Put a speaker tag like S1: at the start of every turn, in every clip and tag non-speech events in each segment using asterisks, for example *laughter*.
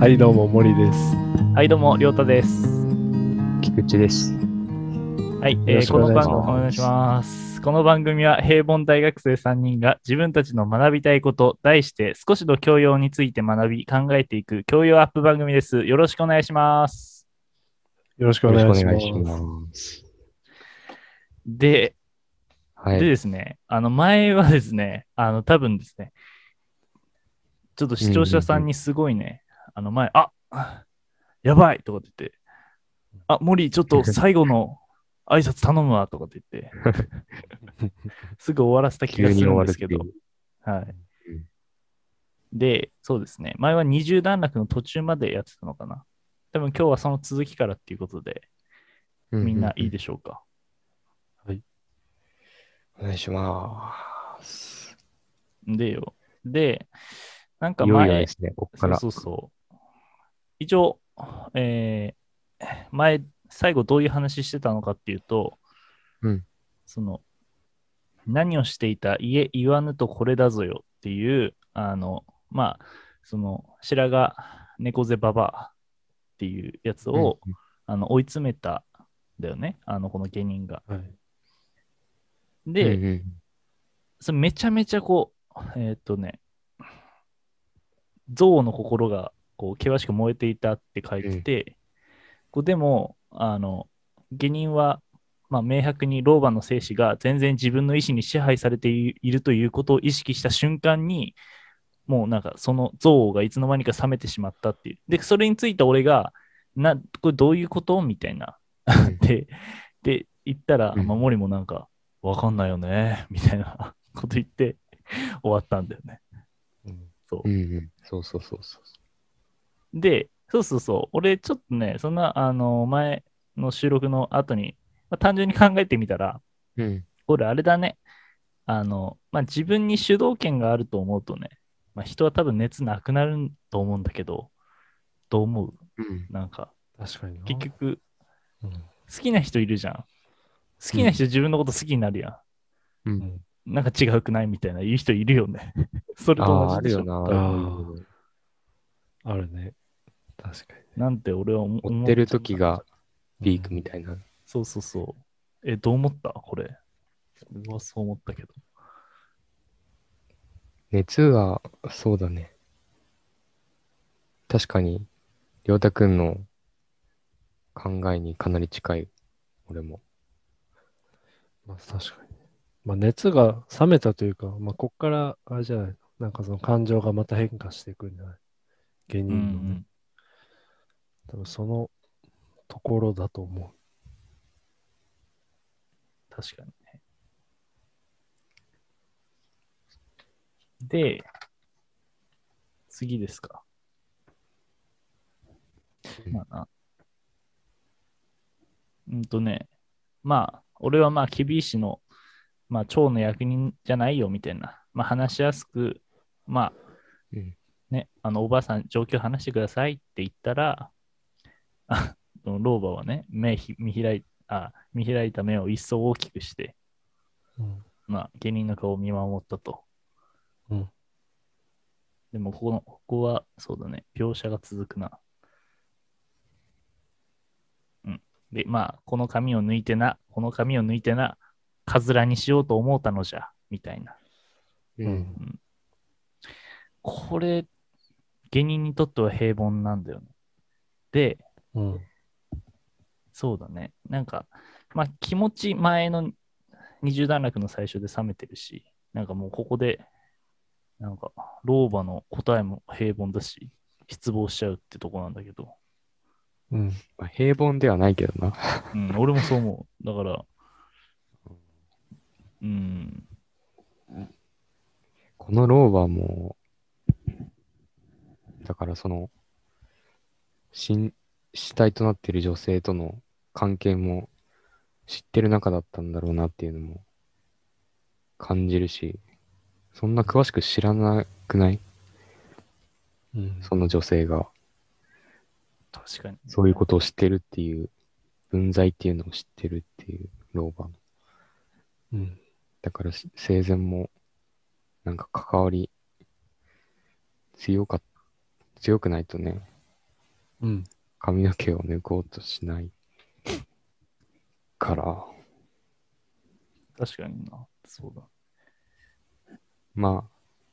S1: はい、どうも、森です。
S2: はい、どうも、りょうたです。
S3: 菊池です。
S2: はい、
S1: よ
S2: え
S1: ろ
S2: ー
S1: しく
S2: この
S1: お願い
S2: 番
S1: し
S2: 組、
S1: ます
S2: お願いします。この番組は平凡大学生3人が自分たちの学びたいこと、題して少しの教養について学び、考えていく教養アップ番組です。よろしくお願いします。
S1: よろしくお
S3: よ
S1: 願
S3: ろ
S1: い
S3: し
S1: し
S3: くお
S1: ま
S3: 願
S1: す。
S3: いします。
S2: で、
S3: は
S2: で
S3: い。
S2: ですね、あの、前はですね、あの、多分ですね、ちょっと視聴者さんにすごいね、あの前、あやばいとかって言って、あ、森、ちょっと最後の挨拶頼むわとかって言って、
S3: *laughs*
S2: すぐ終わらせた気
S3: 急
S2: が
S3: に
S2: す
S3: 終
S2: るん
S3: わ
S2: で
S3: るっ
S2: す
S3: てい
S2: け
S3: う
S2: ど。はい。で、そうですね。前は二重段落の途中までやってたのかな。多分今日はその続きからっていうことで、
S3: う
S2: みんないい
S3: で。
S2: でしょうか。
S3: お願いします。
S2: でよ。で、なんか
S3: いよいよ
S2: 前
S3: で、すね、ここ
S2: そ
S3: か
S2: う
S3: ら。
S2: そうそう。一応、えー前、最後どういう話してたのかっていうと、
S3: うん
S2: その、何をしていた、いえ、言わぬとこれだぞよっていう、あの、まあ、その、白髪猫背ババアっていうやつを、あの追い詰めたんだよね、あの、この芸人が。
S1: はい、
S3: うん
S2: で、
S3: うんうん
S2: *laughs* それめちゃめちゃこう、えーっとね、憎悪の心がこう険しく燃えていたって書いてて、こうでも、あの、下人は、まあ、明白に老婆の生死が全然自分の意思に支配されていいるということを意識した瞬間に、もうなんかその憎悪がいつの間にか冷めてしまったっていう。で、それについて俺が、な、これどういうことみたいな。で、で、言ったら、
S3: うん
S2: まあ、森もなんか、わかんないよね、みたいな *laughs* こと言って終わったんだよね。
S3: うんうん。そうそうそうそう。
S2: で、そうそうそう、俺ちょっとね、そんな、あの、前の収録の後に、まあ、単純に考えてみたら、
S3: うん。
S2: 俺あれだね、あの、まあ、自分に主導権があると思うとね、まあ、人は多分熱なくなると思うんだけど、どう思う
S3: うん。
S2: なんか、
S1: 確かにな。
S2: 結局、
S1: うん、
S2: 好きな人いるじゃん。好きな人自分のこと好きになるやん。
S3: うん。
S2: なんか違うくないみたいな言う人いるよね。 *laughs* それ
S3: あ
S2: と
S3: あー、
S2: 同
S3: あ
S2: じで
S3: る
S2: しょ
S3: よ。な。
S1: ああるね。確か
S2: なんて俺は思
S3: 追ってる時。
S2: 思っ
S3: が
S1: に。
S3: ピークみたいな。
S2: たそうそうそう。え、どう思ったこれ。俺はそう思ったけど。
S3: 熱は、そうだね。確かに、りょうたくんの考えにかなり近い。俺も。
S1: まあ、確かに。まあ、熱が冷めたというか、まあ、こっから、あれじゃないの。なんかその感情がまた変化していくんじゃない芸人
S2: う
S1: のね、
S2: ん
S1: 多分そのところだと思
S2: 確かにね。で、次ですか。
S3: うん
S2: まあな。うんとね、まあ、俺はまあ、厳しいの、まあ、蝶の役人じゃないよみたいな、まあ、話しやすく、まあ、
S3: うん
S2: ね、あの、おばあさん、状況話してくださいって言ったら、 *laughs* あの老婆はね、目ひ見開いあ見開いた目を一層大きくして、
S1: う。うん。
S2: まあ、芸人の顔を見守ったと。
S1: うん
S2: でも、ここの、ここは、そうだね、描写が続くな。うん。で、まあ、この髪を抜いてな、この髪を抜いてな、カズラにしようと思うたのじゃ、みたいな。
S3: う。
S1: うんん。
S2: これ、芸人にとっては平凡なんだよね。で、
S1: うん。
S2: そうだね。なんか、まあ、気持ち前の二重段落の最初で冷めてるし、なんかもうここで、なんか、老婆の答えも平凡だし、失望しちゃうってとこなんだけど、
S1: うん。
S3: まあ、平凡ではないけどな。
S2: うん、俺もそう思う。だから、うん、
S3: この老婆も、だからその、死、死体となっている女性との関係も知ってる中だったんだろうなっていうのも感じるし、そんな詳しく知らなくない
S1: うん。
S3: その女性が、
S2: 確かに。
S3: そういうことを知ってるっていう、分際っていうのを知ってるっていう老婆の。
S1: うん。
S3: だからし生前も、なんか関わり、強かっ、強くないとね、
S1: うん。
S3: 髪の毛を抜こうとしないから、
S2: 確かにな。そうだ。
S3: まあ、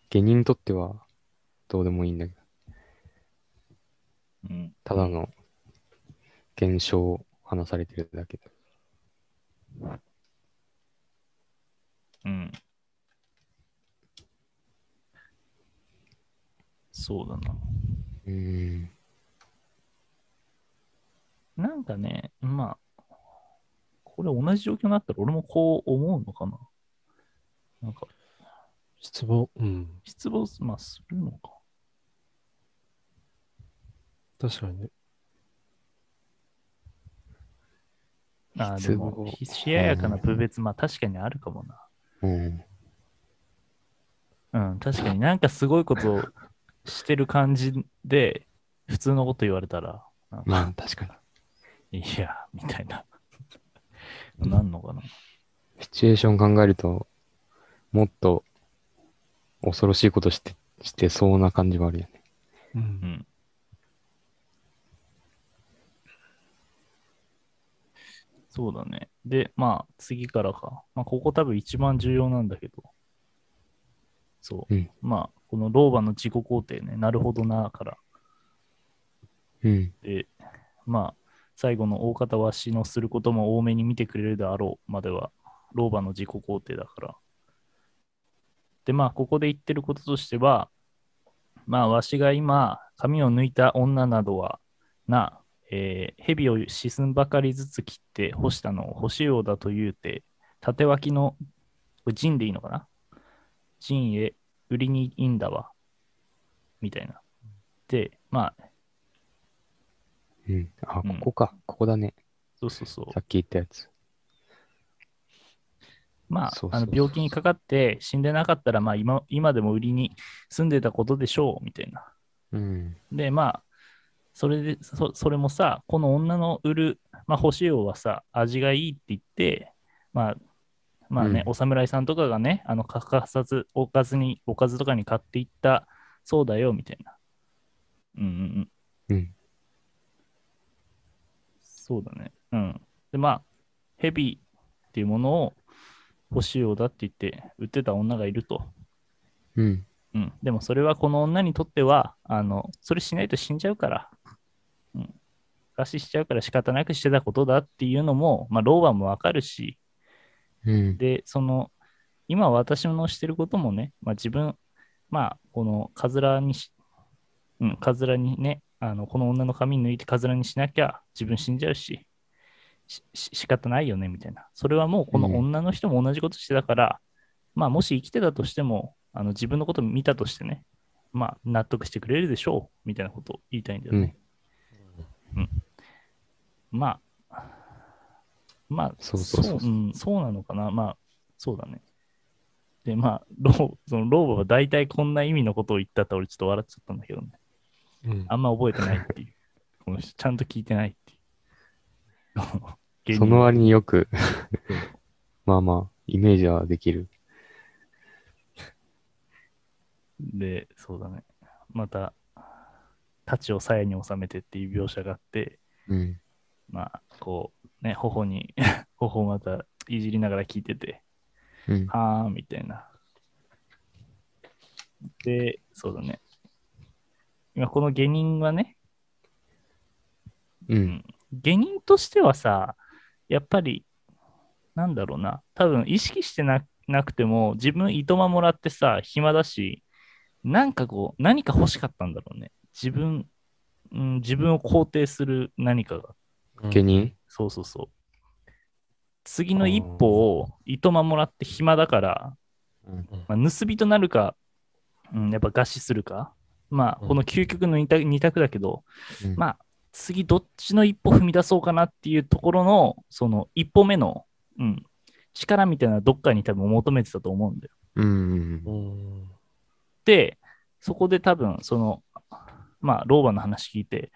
S3: 下人にとってはどうでもいいんだけど、
S2: うん。
S3: ただの現象を話されてるだけで。
S2: うん。そうだな。
S3: うん。
S2: なんかね、まあ、これ同じ状況になったら俺もこう思うのかな。なんか、
S1: 失望。うん。
S2: 失望す、まあ、するのか。
S1: 確かにね。
S2: あーでも、
S3: 失望
S2: ひしややかな分別、まあ確かにあるかも
S3: うん。
S2: な。うん、確かになんかすごいことをしてる感じで、普通のこと言われたら、なんか
S3: まあ、確かに。
S2: いや、みたい
S3: *laughs*
S2: な。なんのかな。
S3: シチュエーション考えると、もっと恐ろしいことして、してそうな感じもあるよね。
S1: う。
S2: うんん。そうだね。で、まあ、次からか。まあ、ここ多分一番重要なんだけど。そう。
S3: うん
S2: まあ、この老婆の自己肯定ね、なるほどな、から。
S3: うん。
S2: で、まあ、最後の大方は死のすることも多めに見てくれるであろうまでは、老婆の自己肯定だから。で、まあ、ここで言ってることとしては、まあ、わしが今、髪を抜いた女などは、な、えー蛇を沈んばかりずつ切って干したのを干しようだと言うて、縦脇の、これ陣でいいのかな陣へ売りにいいんだわ。みたいな。で、まあ、
S3: うん。あ、
S2: うん
S3: ここか。ここだね。
S2: そうそうそう。
S3: さっき言ったやつ。
S2: まあ
S3: そう、そう
S2: あの
S3: そう
S2: 病気にかかって死んでなかったら、まあ今、今でも売りに住んでたことでしょう、みたいな。
S3: うん。
S2: で、まあ、それで、そそれもさ、この女の売る、まあ、干しようはさ、味がいいって言って、まあ、まあね、
S3: うん
S2: お侍さんとかがね、あの、欠かさず、おかずに、おかずとかに買っていった、そうだよ、みたいな。うんうんうん。
S3: うん。
S2: そうだね。うん。で、まあ、ヘビっていうものを欲しいようだって言って売ってた女がいると。
S3: うん。
S2: うん。でもそれはこの女にとっては、あの、それしないと死んじゃうから、うん。餓死しちゃうから仕方なくしてたことだっていうのも、まあ、老婆もわかるし、
S3: うん。
S2: で、その、今私のしてることもね、まあ、自分、まあ、このカズラにし、うん、カズラにね、あのこの女の髪抜いてカズラにしなきゃ自分死んじゃうし、しし仕方ないよね、みたいな。それはもうこの
S3: うん
S2: 女の人も同じことしてたから、まあ、もし生きてたとしても、あの自分のこと見たとしてね、まあ、納得してくれるでしょう、みたいなことを言いたいんだよね。うん。まあ、まあ、
S3: そうそうそうそう
S2: うん、そうなのかな。まあ、そうだね。で、まあ、ローそのローボ *laughs* は大体こんな意味のことを言ったって俺ちょっと笑っちゃったんだけどね。
S1: うん
S2: あんま覚えてないって
S3: *laughs*
S2: いう。この人ちゃんと聞いてないって
S3: *laughs*
S2: いう。芸人
S3: その割によく
S2: うん、
S3: まあまあ、イメージはできる。
S2: で、そうだね。また、太刀を鞘に収めてっていう描写があって、
S3: うん。
S2: まあ、こう、ね、頬に、 *laughs* 頬をまたいじりながら聞いてて、
S3: うん。
S2: はーんみたいな。で、そうだね。今、この下人はね、
S3: う。
S2: うんん、下人としてはさ、やっぱり、なんだろうな、多分意識してななくても、自分、いとまもらってさ、暇だし、なんかこう、何か欲しかったんだろうね。自分、うん、自分を肯定する何かが。
S3: 下人
S2: そうそうそう。次の一歩をいとまもらって暇だから、
S3: うん
S2: まあ、盗人なるか、うん、やっぱ餓死するか、まあ、
S1: うん
S2: この究極の二択二択だけど、
S3: うん
S2: まあ、次どっちの一歩踏み出そうかなっていうところの、その一歩目の、うん、力みたいなのはどっかに多分求めてたと思うんだよ。
S3: うん。
S1: うん。
S2: で、そこで多分、その、まあ、老婆の話聞いて、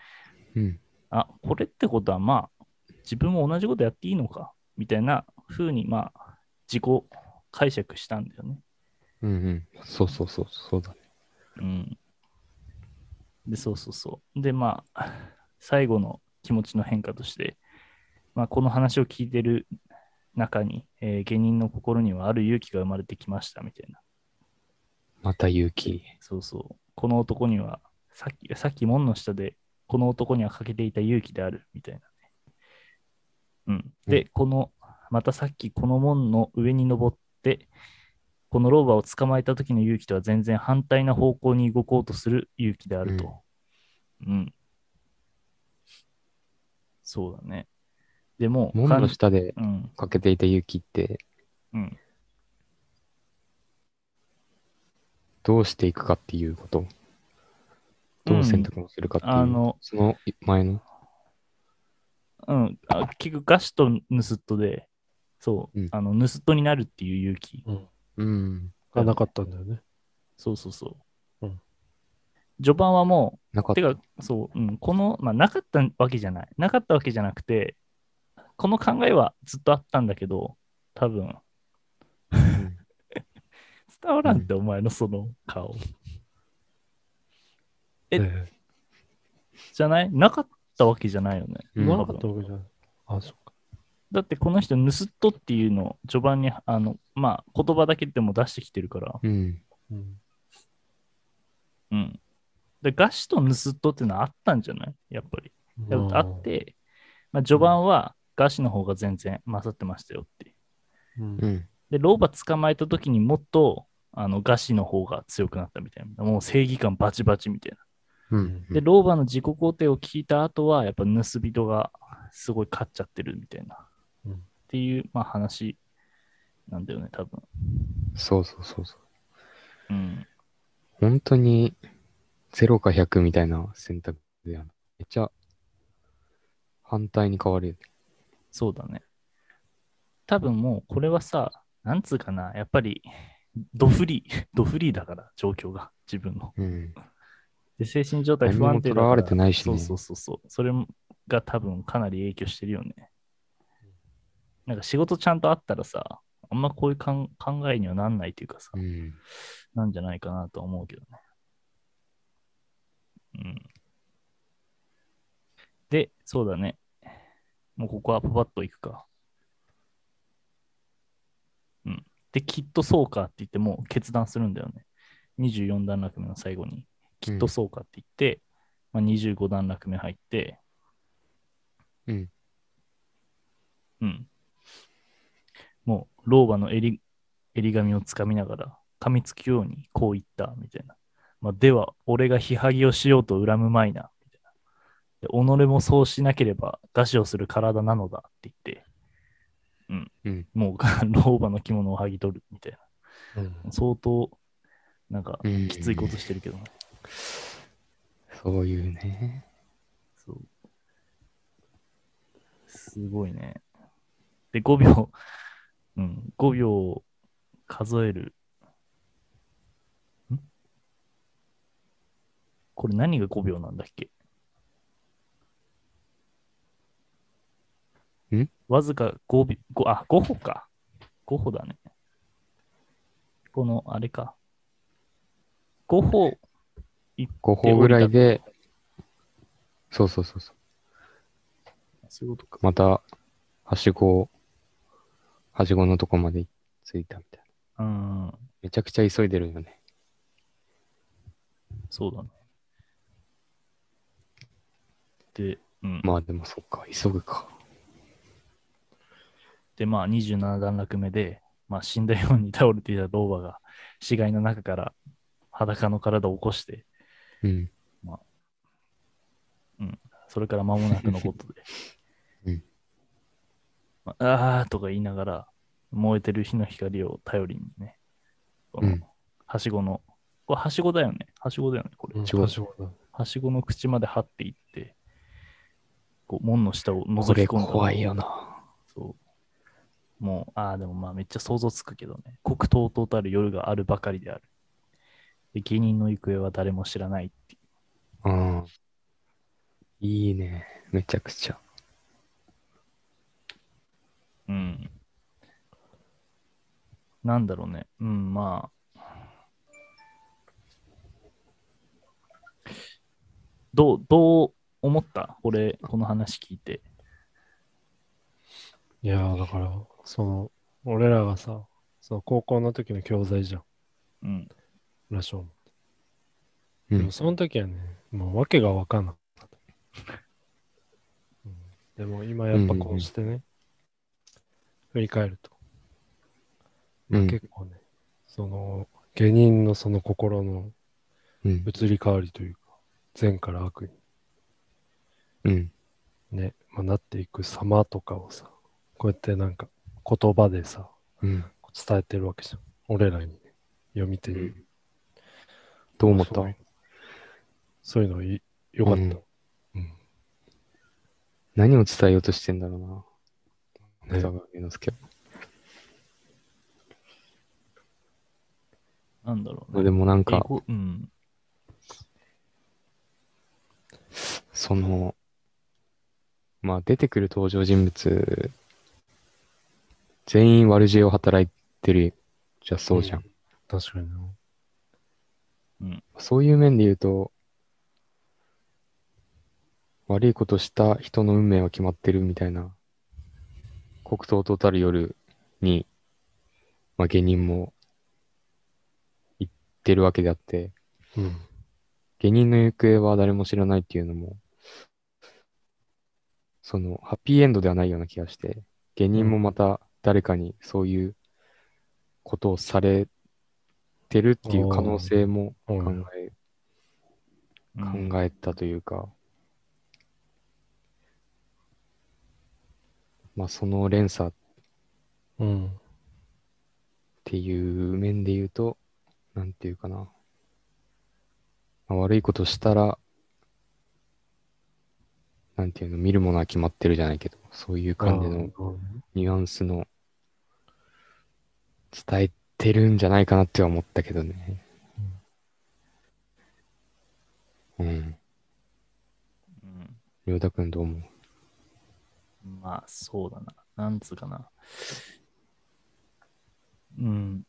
S3: うん。
S2: あ、これってことは、まあ、自分も同じことやっていいのか、みたいな風に、まあ、自己解釈したんだよね。
S3: うん。うん。そうそうそう。そうだね。
S2: うん。で、そうそうそう。で、まあ、最後の気持ちの変化として、まあ、この話を聞いてる中に、えー下人の心にはある勇気が生まれてきましたみたいな。
S3: また勇気。
S2: そうそう。この男には、さっき、さっき門の下で、この男には欠けていた勇気である、みたいなね。うん。で、この、またさっきこの門の上に登って、この老婆を捕まえた時の勇気とは全然反対な方向に動こうとする勇気であると。うん。そうだね。でも、
S3: 門の下で
S2: かんうん。
S3: かけていた勇気って、
S2: うん。
S3: どうしていくかっていうこと。どう選択をするかっていう。
S2: あの
S3: その前の。
S2: うん、あ結局ガシとヌスットで、そう、
S3: うん
S2: あのヌスットになるっていう勇気。
S1: うん。
S3: うん。
S1: がなかったんだよね。
S2: そうそうそう。
S1: うん
S2: 序盤はも
S3: な
S2: う、
S3: かってた。
S2: か、そう、うん、この、まあ、なかったわけじゃない。なかったわけじゃなくて、この考えはずっとあったんだけど、多分
S3: ん
S2: 伝わらんって、お前のその顔。え
S1: え
S2: じゃないなかったわけじゃないよね。
S1: え
S3: うん
S1: なかったわけじゃない。あ、そっか。
S2: だってこの人、ヌスットっていうのを序盤に、あの、まあ、言葉だけでも出してきてるから、
S3: うん。
S1: うん。
S2: うん。で、ガシとヌスットっていうのはあったんじゃないやっぱり。やっぱあって、まあ、序盤はガシの方が全然勝ってましたよっていう。
S1: うん。
S3: う
S1: うん
S3: ん。
S2: で、老婆捕まえた時にもっとあのガシの方が強くなったみたいな。もう正義感バチバチみたいな。
S3: うん。
S2: で、老婆の自己肯定を聞いた後は、やっぱ盗人がすごい勝っちゃってるみたいな。
S1: うん
S2: っていう、まあ、話なんだよね、多分。
S3: そうそうそうそ
S2: う
S3: う。
S2: ん。
S3: 本当に0か100みたいな選択ではないめっちゃ反対に変わるよね。
S2: そうだね。多分もうこれはさ、なんつうかな、やっぱりドフ *laughs* リー、ドフリーだから、状況が、自分の。
S3: うん。
S2: で、精神状態
S3: 何
S2: 不
S3: も
S2: 安定だ
S3: 囚われてないしね
S2: そうそうそうそう。それが多分かなり影響してるよね。なんか仕事ちゃんとあったらさ、あんまこういうかん考えにはなんないというかさ、
S3: うん。
S2: なんじゃないかなとは思うけどね。うん。で、そうだね。もうここはパパッといくか。うん。で、きっとそうかって言って、もう決断するんだよね。24段落目の最後に、きっとそうかって言って、まあ、25段落目入って、
S3: うん。
S2: うん。もう、老婆の襟襟髪をつかみながら、噛みつくようにこう言った、みたいな。まあ、では、俺がひはぎをしようと恨むまいな、みたいな。で、己もそうしなければ、餓死をする体なのだって言って、うん。
S3: うん
S2: もう、 *laughs* 老婆の着物を剥ぎ取る、みたいな。相当、なんか、
S3: うん
S2: きついことしてるけどね。
S3: そういうね。
S2: そう。すごいね。で、5秒、 *laughs* うん、5秒を数える。んこれ何が5秒なんだっけ
S3: ん
S2: わずか5秒、ごあ、5歩か。5歩だね。この、あれか。5歩、
S3: 5歩ぐらいで、そうそうそうそう。
S2: そういうことか。
S3: また、はしごを、はしごのとこまで着いたみたいな。
S2: うん。
S3: めちゃくちゃ急いでるよね。
S2: そうだね。で、うん。
S3: まあでもそっか、急ぐか。
S2: で、まあ、27段落目で、まあ、死んだように倒れていた老婆が、死骸の中から裸の体を起こして、
S3: うん。
S2: それから間もなくのことで。
S3: *laughs* うん
S2: まあ、あーとか言いながら、燃えてる火の光を頼りにね、こ
S3: う
S2: の
S3: ん、
S2: はしごの、これはしごだよね。はしごだよね、これ。
S1: うん。
S3: 仕事
S1: はしごだ
S2: はしごの口まで張っていって、こう門の下を
S3: こ
S2: 覗き
S3: れ
S2: 込んだ。
S3: 怖いよな。
S2: そう。もう、ああ、でもまあめっちゃ想像つくけどね。黒とうとうたる夜があるばかりである。で、芸人の行方は誰も知らないっていう。
S3: うん。いいね。めちゃくちゃ。
S2: うん。なんだろうね。うん、まあ。どう、どう思った俺、この話聞いて。
S1: いやーだから、その、俺らがさ、その高校の時の教材じゃん、
S2: うん。
S1: ラション。
S3: う
S1: でも
S3: ん。
S1: その時はね、もう訳が分かんなかった。うんでも今やっぱこうしてね、振り返ると、まあ
S3: うん
S1: 結構ね、その、下人のその心の
S3: うん。
S1: 移り変わりというか、善から悪に
S3: うん。
S1: ね、まあ、なっていく様とかをさ、こうやってなんか言葉でさ、
S3: うん。
S1: こう伝えてるわけじゃん。俺らに、ね、読み手に。
S3: うんどう思っ
S1: そ
S3: た
S1: うそういうのいよかった。
S3: うん何を伝えようとしてんだろうな。
S1: ね
S3: 歌川龍之介。
S2: なんだろうね。
S3: でもなん
S2: 英
S3: か、
S2: 語うん。
S3: その、まあ出てくる登場人物、全員悪知恵を働いてるじゃそうじゃん。
S1: 確かにな。
S3: そういう面で言うと、悪いことした人の運命は決まってるみたいな、黒糖とたる夜に、まあ芸人も言ってるわけであって、
S1: うん。
S3: 下人の行方は誰も知らないっていうのも、その、ハッピーエンドではないような気がして、下人もまた誰かにそういうことをされてるっていう可能性も考
S1: うん
S3: え、
S2: うん
S3: 考えたというか、まあその連鎖っ
S1: うん。
S3: ていう面で言うと、なんていうかな。まあ、悪いことしたら、なんていうの、見るものは決まってるじゃないけど、そういう感じの
S1: あー
S3: ニュアンスの伝えてるんじゃないかなっては思ったけどね。うん。
S2: うん
S3: りょうたくんどう思う
S2: まあ、そうだな。なんつうかな。うん。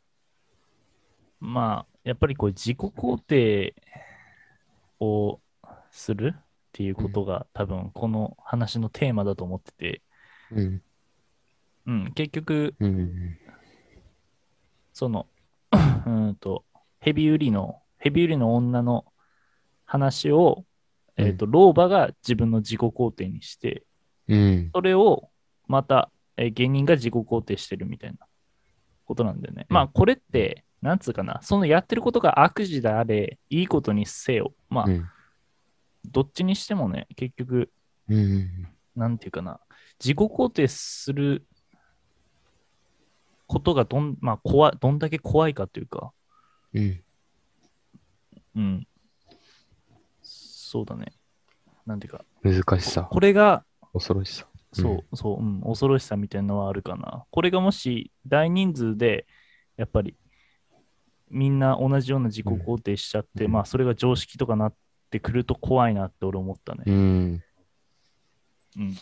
S2: まあ、やっぱりこう、自己肯定をするっていうことが、多分この話のテーマだと思ってて、
S3: うん。
S2: うん、結局、
S3: うん。
S2: その、 *coughs* うーんと、ヘビ売りの、ヘビ売りの女の話を、えっ、と、老婆が自分の自己肯定にして、
S3: うん。
S2: それをまた、えー芸人が自己肯定してるみたいなことなんだよね。
S3: うん
S2: まあこれって、なんつうかな、そのやってることが悪事であれ、いいことにせよ。まあ、
S3: うん。
S2: どっちにしてもね、結局、
S3: うん。
S2: なんていうかな、自己肯定することがどん、まあ、怖いどんだけ怖いかというか、
S3: うん。
S2: うん。そうだね。なんていうか、
S3: 難しさ、
S2: これが、
S3: 恐ろしさ。
S2: そう、そう、うん、恐ろしさみたいなのはあるかな。これがもし大人数で、やっぱり、みんな同じような自己肯定しちゃって、
S3: うん
S2: まあ、それが常識とかなってくると怖いなって俺思ったね。
S3: うん。
S2: うん。な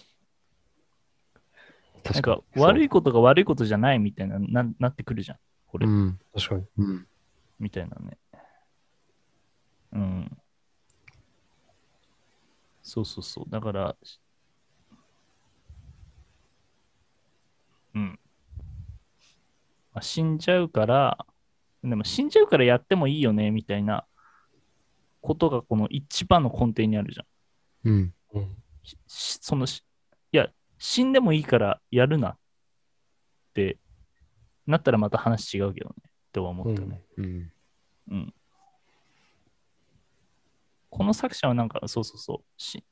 S3: 確
S2: んか、
S3: に
S2: 悪いことが悪いことじゃないみたいな、ななってくるじゃん。これ、
S3: うん。
S1: 確かに。
S3: うん。
S2: みたいなね。うん。そうそうそう。だから、うん。まあ、死んじゃうから、でも死んじゃうからやってもいいよね、みたいなことがこの一番の根底にあるじゃん。
S3: うん。
S1: うん。
S2: ししそのし、いや、死んでもいいからやるなってなったらまた話違うけどね、とは思ったね。
S3: うん。
S2: うん。この作者はなんか、そうそうそう、し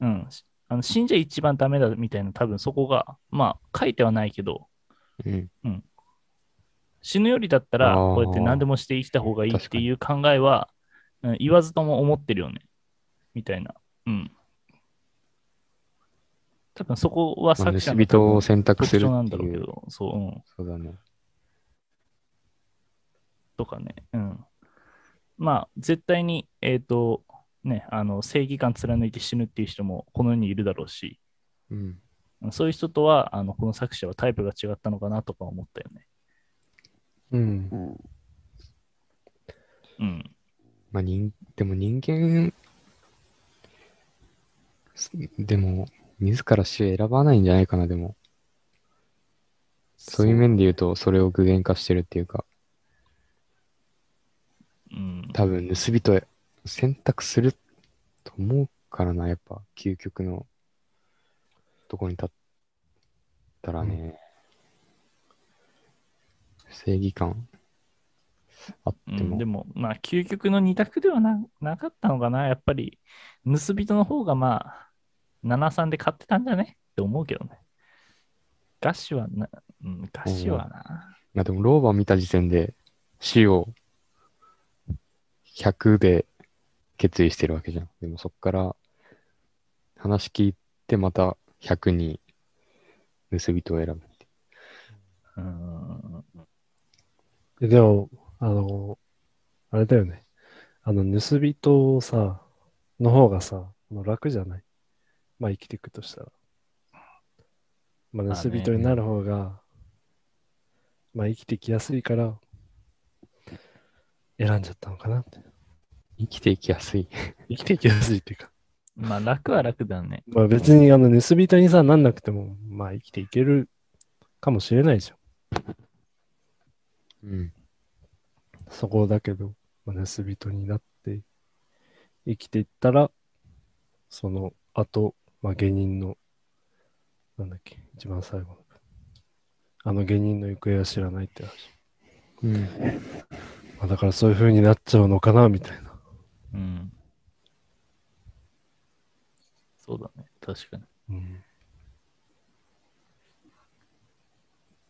S2: うん、しあの死んじゃ一番ダメだみたいな、多分そこが、まあ、書いてはないけど、
S3: うん。
S2: 死ぬよりだったら、
S3: あー
S2: こうやって何でもして生きた方がいいっていう考えは、うん、言わずとも思ってるよね、みたいな。うん。多分そこは
S3: まあ
S2: 作者
S3: 盗
S2: の
S3: 人
S2: 多
S3: を
S2: 分
S3: 選択す
S2: 特
S3: る
S2: 徴なん
S3: っ
S2: だ
S3: て
S2: ろう
S3: い
S2: け
S3: う。
S2: ど、そう、うん。
S3: そうだね。
S2: とかね、うん。まあ、絶対に、えっ、と、ね、あの正義感貫いて死ぬっていう人もこの世にいるだろうし、
S3: うん。
S2: そういう人とは、あのこの作者はタイプが違ったのかなとか思ったよね。
S1: うん。
S2: うん。
S3: まあ人、でも人間、でも、自ら死を選ばないんじゃないかな、でも。そういう面で言うと、それを具現化してるっていうか、
S2: うん、
S3: 多分、盗人へ選択すると思うからな、やっぱ、究極のとこに立ったらね、正義感あっ
S2: うん
S3: ても、
S2: でも、まあ、究極の二択ではななかったのかな。やっぱり、盗人の方が、まあ、7-3で勝ってたんじゃねって思うけどね。ガッシュはな、うん、ガッシュはな。
S3: まあでも、老婆見た時点で死を100で決意してるわけじゃん。でもそっから話聞いてまた100に盗人を選ぶって。
S2: うん、
S1: えでも、あの、あれだよね。あの、盗人をさ、の方がさ、もう楽じゃないまあ、生きていくとしたら。ま
S2: ま
S1: あ、
S2: あ
S1: 盗
S2: ね
S1: 人になる方が、まあ、生きてきやすいから、選んじゃったのかなって。
S3: 生きていきやすい。
S1: 生きてきやすいっていうか。
S2: まあ、楽は楽だね。
S1: まあ、別に、あの、盗人にさ、なんなくても、まあ、生きていけるかもしれないじゃん。
S3: うん。
S1: そこだけど、まあ、盗人になって生きていったら、その後、まあ、下人の、なんだっけ、一番最後の、あの下人の行方は知らないって話。
S3: うん。
S1: まあ、だからそういう風になっちゃうのかな、みたいな。
S2: うん。そうだね。確かに。
S1: うん、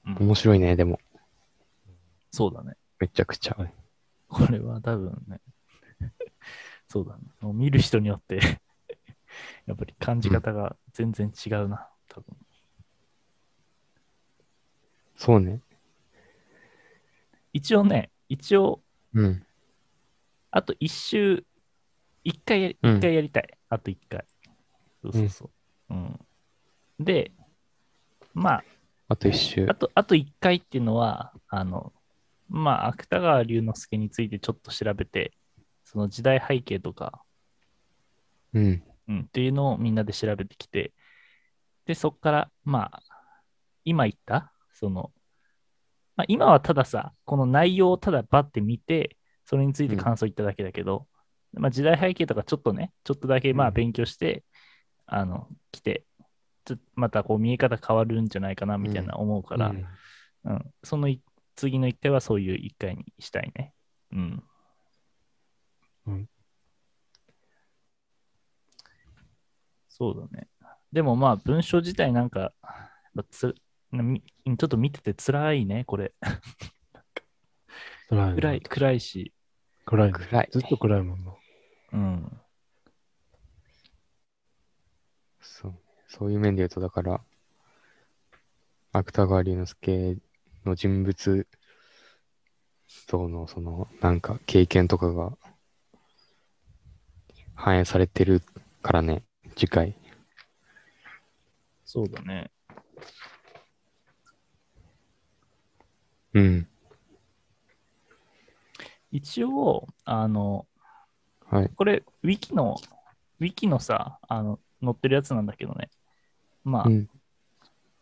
S2: うん
S3: 面白いね、でも。
S2: そうだね。
S3: めちゃくちゃ。
S2: これは多分ね。 *laughs* そうだね。もう見る人によって、 *laughs* やっぱり感じ方が全然違うな。多分。
S3: そうね。
S2: 一応ね、一応、
S3: うん。
S2: あと一周、一回やり、
S3: うん
S2: 一回やりたい。あと一回。そうそうそう。うん。で、まあ、
S3: あと一周
S2: あ。と、あと一回っていうのは、あの、まあ、芥川龍之介についてちょっと調べて、その時代背景とか、
S3: うん。
S2: うん、っていうのをみんなで調べてきて、で、そこから、まあ、今言った、その、まあ、今はたださ、この内容をただバッて見て、それについて感想言っただけだけど、まあ、時代背景とかちょっとね、ちょっとだけまあ
S3: うん
S2: 勉強して、あの、来て、ちょまたこう見え方変わるんじゃないかなみたいな思うから、
S3: うん
S2: うん、そのい次の一回はそういう一回にしたいね。うん。
S1: うん
S2: そうだね。でもまあ文章自体なんか、まあつなみちょっと見てて辛いね、これ。
S1: 暗いな。
S2: 暗い、暗いし。
S1: 暗いな。
S3: 暗い。
S1: ずっと暗いもんな。
S2: うん。
S3: そう。そういう面で言うと、だから、芥川龍之介の人物像の、その、なんか、経験とかが、反映されてるからね、次回。
S2: そうだね。
S3: うん。
S2: 一応、あの、
S3: はい。
S2: これ、ウィキの、ウィキのさ、あの、載ってるやつなんだけどね。まあ、
S3: うん。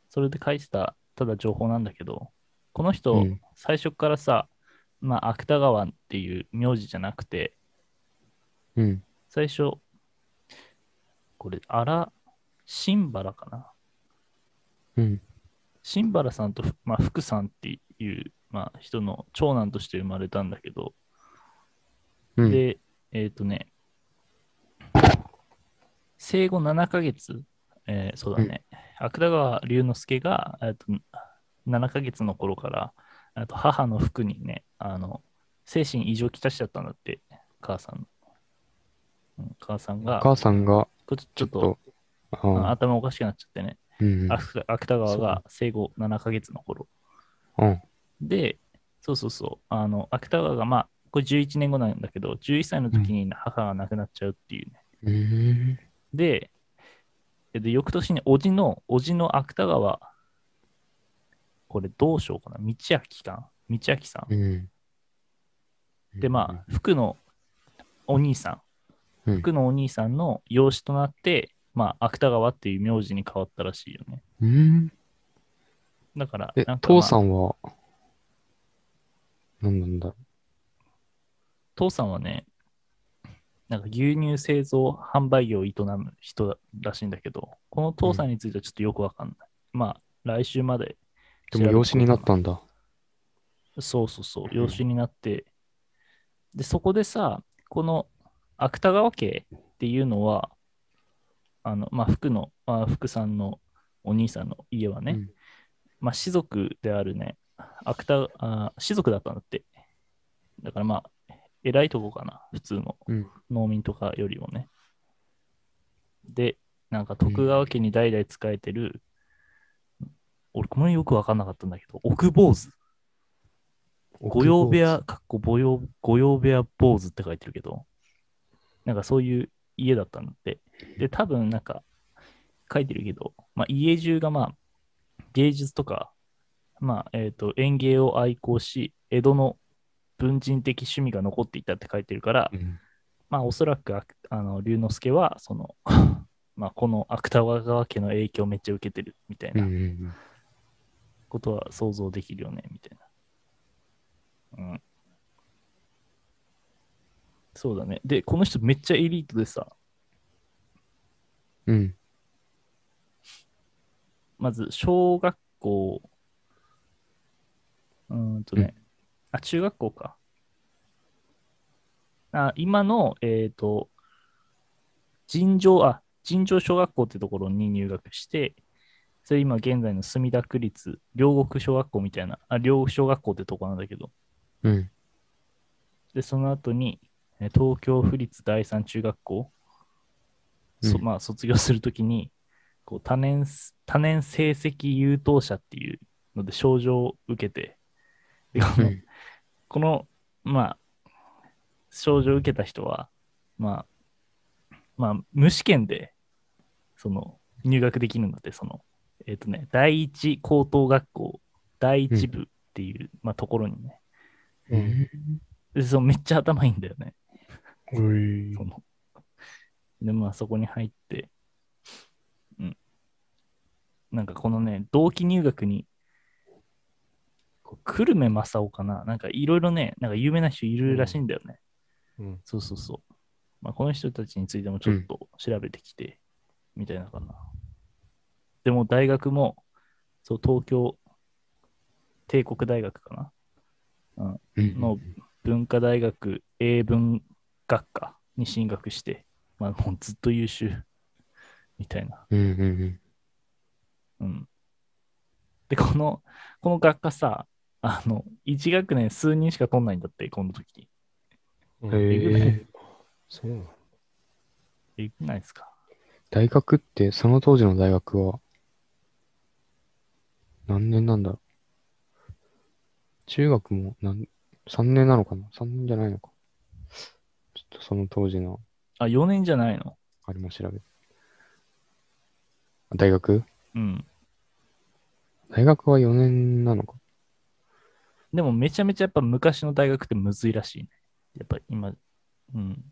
S2: それで書いてた、ただ情報なんだけど、この人、
S3: うん
S2: 最初からさ、まあ、芥川っていう名字じゃなくて、
S3: うん。
S2: 最初、これ、あら、新原かな。
S3: うん。
S2: 新原さんと、まあ、福さんっていう、まあ、人の長男として生まれたんだけど、
S3: うん。
S2: で、えっ、とね、生後7ヶ月、えーそうだね、芥川龍之介が、えー、と7ヶ月の頃から、えーと母の服にね、あの精神異常きたしちゃったんだって、母さんの。うん母さん
S3: お
S2: が、
S3: 母さんが、
S2: こちょ
S3: ち
S2: ちょ
S3: ょっ
S2: っ
S3: と
S2: と、うん
S3: ああ、
S2: 頭おかしくなっちゃってね、
S3: うん。うん
S2: 芥芥川が生後7ヶ月の頃。
S3: うん。
S2: で、そうそうそう、あの、芥川が、まあ、これ11年後なんだけど、11歳の時に母が亡くなっちゃうっていうね。
S3: うん。
S2: で、で翌年に、おじの、おじの芥川、これどうしようかな、道明かん、道明さ
S3: うん。
S2: ん。で、まあ、福のお兄さん、
S3: うん、
S2: 福のお兄さんの養子となって、まあ、芥川っていう名字に変わったらしいよね。
S3: うん。
S2: だから、
S3: え
S2: なん、かまあ
S3: 父さんは、何なんだろ
S2: 父さんはね、なんか牛乳製造販売業を営む人らしいんだけど、この父さんについてはちょっとよくわかんない。まあ、来週まで。
S3: う。でも養子になったたんだ。
S2: そうそうそう、
S3: ん
S2: 養子になって、で、そこでさ、この芥川家っていうのは、あの、まあ、福の、まあ、福さんのお兄さんの家はね、
S3: うん
S2: まあ、士族であるね、芥あ士族だったんだって。だからまあ、偉いとこかな、普通の
S3: うん
S2: 農民とかよりもね。で、なんか徳川家に代々仕えてる、俺、これよく分かんなかったんだけど、奥坊主。御用部屋、かっこ御用、御用部屋坊主って書いてるけど、なんかそういう家だったんだって。で、多分なんか書いてるけど、まあ、家中がまあ芸術とか、まあえー、と園芸を愛好し、江戸の文人的趣味が残っていたって書いてるから、
S3: うん。
S2: まあ、おそらくああの龍之介はその *laughs* まあこの芥川家の影響をめっちゃ受けてるみたい
S3: うんう
S2: なん
S3: うん。
S2: ことは想像できるよねみたいな。うん。そうだね。で、この人めっちゃエリートでさ、
S3: うん。
S2: まず小学校、うーんとね、あ、中学校か。あ今の、えっ、と、尋常、あ、尋常小学校ってところに入学して、それ今現在の墨田区立両国小学校みたいな、あ、両国小学校ってとこなんだけど、
S3: うん。
S2: で、その後に、えー東京府立第三中学校、そ
S3: うん
S2: まあ、卒業するときに、こう多年す、多年成績優等者っていうので、賞状を受けて、でこ
S3: う
S2: の、
S3: ん
S2: このまあ、賞状を受けた人は、まあ、まあ、無試験で、その、入学できるんだって、その、えっ、とね、第一高等学校、第一部っていう、まあ、ところにね、
S1: うん。
S2: でそのめっちゃ頭いいんだよね。
S1: うい
S2: そので、まあそこに入って、うん。なんかこのね、同期入学に、こう久留米正雄かななんかいろいろね、なんか有名な人いるらしいんだよね。
S1: うん。
S2: そうそうそう。まあこの人たちについてもちょっと調べてきて、みたいなかな。でも大学も、そう、東京帝国大学かな
S3: うん。
S2: の文化大学英文学科に進学して、まあ、もうずっと優秀みたいな。
S3: うんうんうん。
S2: うん、で、この、この学科さ、あの、1学年数人しか取んないんだって、この時。
S1: うん
S3: へえ
S1: そうなの
S2: えぐないですか
S3: 大学って、その当時の大学は、何年なんだろう。中学も何、3年なのかな ?3 年じゃないのか。ちょっとその当時の、
S2: あ、4年じゃないの
S3: あれも調べて。大学
S2: うん。
S3: 大学は4年なのか。
S2: でもめちゃめちゃやっぱ昔の大学ってむずいらしいね。やっぱ今、うん。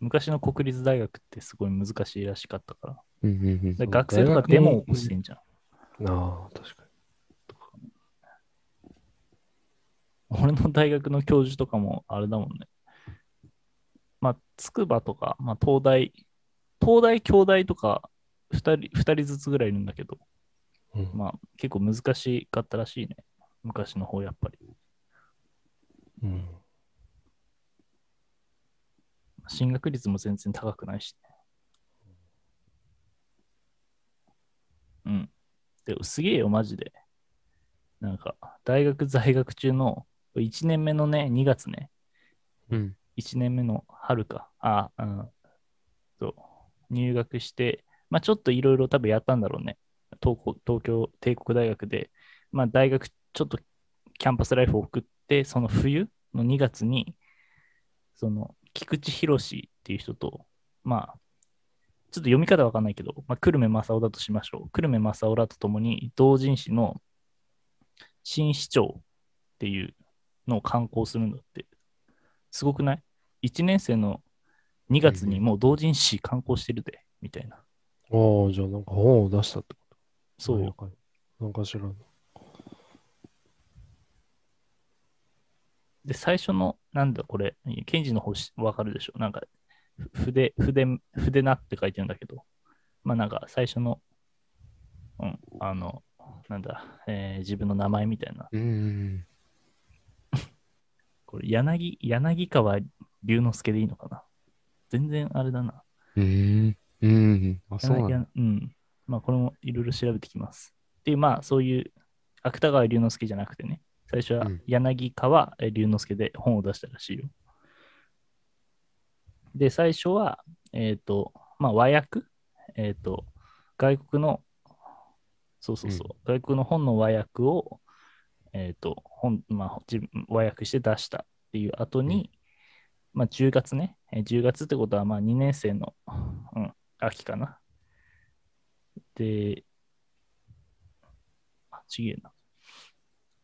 S2: 昔の国立大学ってすごい難しいらしかったから。
S3: うんうんうん。
S2: で学生とかデモを起こしてんじゃん。
S1: なあ、確か
S2: 俺の大学の教授とかもあれだもんね。まあ、筑波とか、まあ、東大、東大、京大とか2人 ,2 人ずつぐらいいるんだけど、
S1: に。うん。
S2: まあ、結構難しかったらしいね。昔の方、やっぱり。
S1: うん。
S2: 進学率も全然高くないし、ね。うん。ですげえよ、マジで。なんか、大学在学中の1年目のね、2月ね、
S3: うん。
S2: 1年目の春か、あ、うん、そう、入学して、まあちょっといろいろ多分やったんだろうね。東高東京帝国大学で、まあ大学ちょっとキャンパスライフを送って、その冬の2月に、その菊池宏っていう人と、まあ、ちょっと読み方わかんないけど、まあ、久留米正雄だとしましょう。久留米正雄らと共に、同人誌の新市長っていうのを刊行するんだって。すごくない ?1 年生の2月にもう同人誌刊行してるで、みたいな。
S1: ああ、じゃあなんか本を出したってこと
S2: そ
S1: なんや
S2: う。
S1: かんやなんかしらの。
S2: で、最初の、なんだこれ、ケンジの星、わかるでしょなんか、ふ筆、筆、筆なって書いてるんだけど、まあなんか、最初の、うん、あの、なんだ、えー自分の名前みたいな、
S3: うん。
S2: これ、柳、柳川龍之介でいいのかな全然あれだな。
S3: うん。うん。あ、そうな
S2: 柳
S3: んだ。
S2: 川うん。まあ、これもいろいろ調べてきます。で、まあ、そういう、芥川龍之介じゃなくてね、最初は
S3: うん
S2: 柳川えー龍之介で本を出したらしいよ。で、最初は、えっ、と、まあ、和訳えっ、と、外国の、そうそうそう、外国の本の和訳を、えっ、と、本、まあ、自分和訳して出したっていう後に、まあ、10月ね、えー10月ってことは、まあ、2年生の、うん、秋かな。で、あ、ちげえな。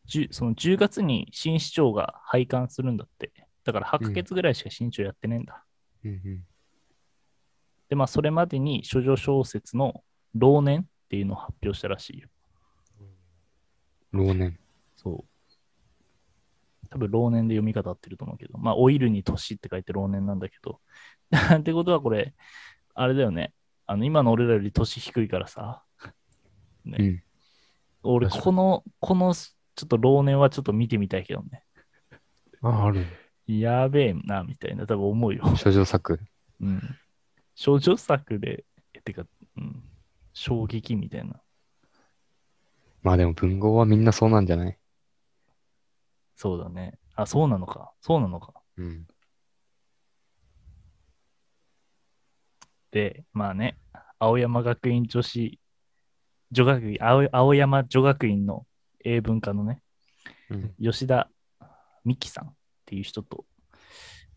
S2: 10その10月に新市長が廃刊するんだって。だから8ヶ月ぐらいしか新市長やってねえんだ。
S3: うん
S2: で、まあ、それまでに処女小説の老年っていうのを発表したらしいよ。
S3: うん。老年。
S2: そう。多分、老年で読み方合ってると思うけど、まあ、オイルに年って書いて老年なんだけど。 *laughs* ってことは、これ、あれだよね。あの、今の俺らより年低いからさ。ね。
S3: うん
S2: 俺、
S1: 確かに
S2: この、この、ちょっと老年はちょっと見てみたいけどね。
S1: あ、ある。
S2: やべえな、みたいな、多分思うよ。
S3: 処女作。
S2: うん。少女作で、えてか、うん、衝撃みたいな。
S3: まあでも文豪はみんなそうなんじゃない
S2: そうだね。あ、そうなのか。そうなのか。
S3: うん。
S2: で、まあね、青山学院女子、女学院、青青山女学院の英文科のね、
S3: うん。
S2: 吉田美希さんっていう人と、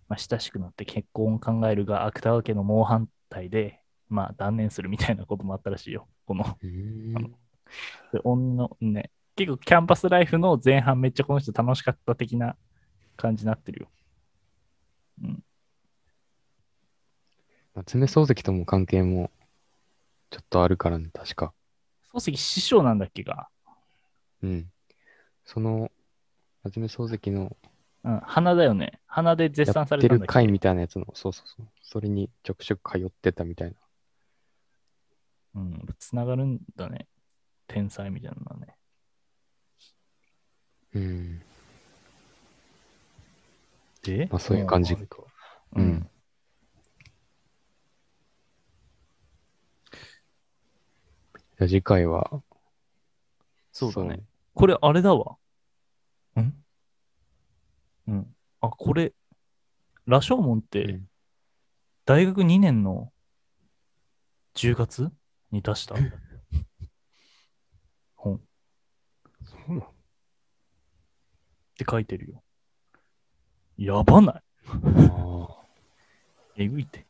S2: まあ、親しくなって結婚を考えるが、芥川家の猛反対で、まあ断念するみたいなこともあったらしいよ。この
S3: うん
S2: で女のね、結構キャンパスライフの前半めっちゃこの人楽しかった的な感じになってるよ。うん。
S3: 夏目漱石とも関係もちょっとあるからね、確か。
S2: 漱石師匠なんだっけが、
S3: うん。その、夏目漱石の
S2: うん、花だよね。花で絶
S3: や
S2: 賛さ
S3: っ
S2: れ
S3: て
S2: たん
S3: る
S2: だっけ
S3: 会みたいなやつの、そうそうそう。それにちょくちょく通ってたみたいな。
S2: うん、つながるんだね。天才みたいなのはね。
S3: うん。
S2: で
S3: まあそういう感じ。
S2: う
S3: うん
S2: ん。
S3: じゃあ次回は、
S2: そうだね。これ、あれだわ。んうん。あ、これ、羅生門っ
S3: う
S2: て
S3: ん、
S2: 大学2年の10月に出した本っ
S1: そうなの
S2: て書いてるよ。やばない。
S3: そうあー
S2: えぐいって。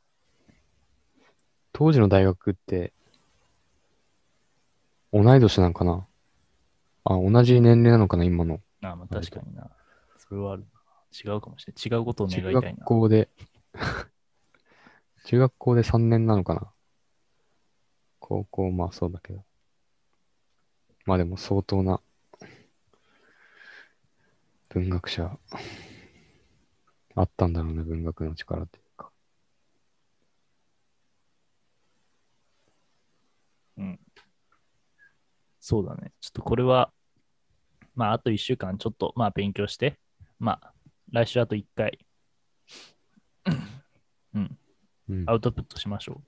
S3: 当時の大学って、同い年なんかなあ、同じ年齢なのかな、今の。
S2: あまあ
S3: 割
S2: 確
S3: と
S2: かにな。それはあるな。違うかもしれない。違うことを願
S3: 中
S2: いたい
S3: 学
S2: な。
S3: 校で、 *laughs* 中学校で3年なのかな高校、まあそうだけど。まあでも相当な文学者、あったんだろうね、文学の力っていうか。
S2: そうだね。ちょっとこれは、まあ、あと1週間ちょっと、まあ、勉強して、まあ、来週あと1回、うん、
S3: うん
S2: ア。ウトプットしましょう。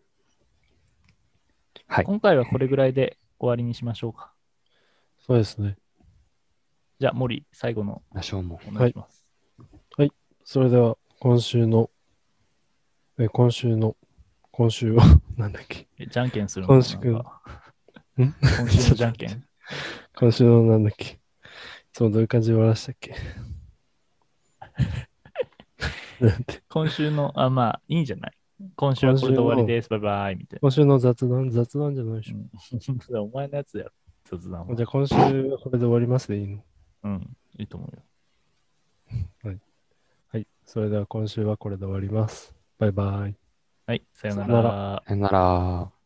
S3: はい
S2: 今回はこれぐらいで終わりにしましょうか。
S1: そうですね。
S2: じゃあ、森、最後の
S3: 羅生門。
S2: お願いします。
S1: それでは、今週の、え、今週の、今週は、 *laughs* なんだっけ、
S2: えじゃんけんするのかな
S1: 今週くん
S2: なんか
S1: ん
S2: 今週のじゃんけ
S1: ちょっ
S2: ん。
S1: 今週のなんだっけ、いつもどういう感じで終わらしたっけ。なんて、
S2: 今週の、あ、まあ、いいんじゃない今週はこれで終わりです。バイバイ。みたい
S1: 今週の雑談、雑談じゃないでしょ。*laughs*
S2: な。お前のやつだよ。雑談は
S1: じゃあ今週はこれで終わりますでいいの
S2: うん、いいと思うよ。
S1: はい。それでは今週はこれで終わります。バイバイ。
S2: はい、さよな
S1: さよな
S2: ら。
S3: さよなら。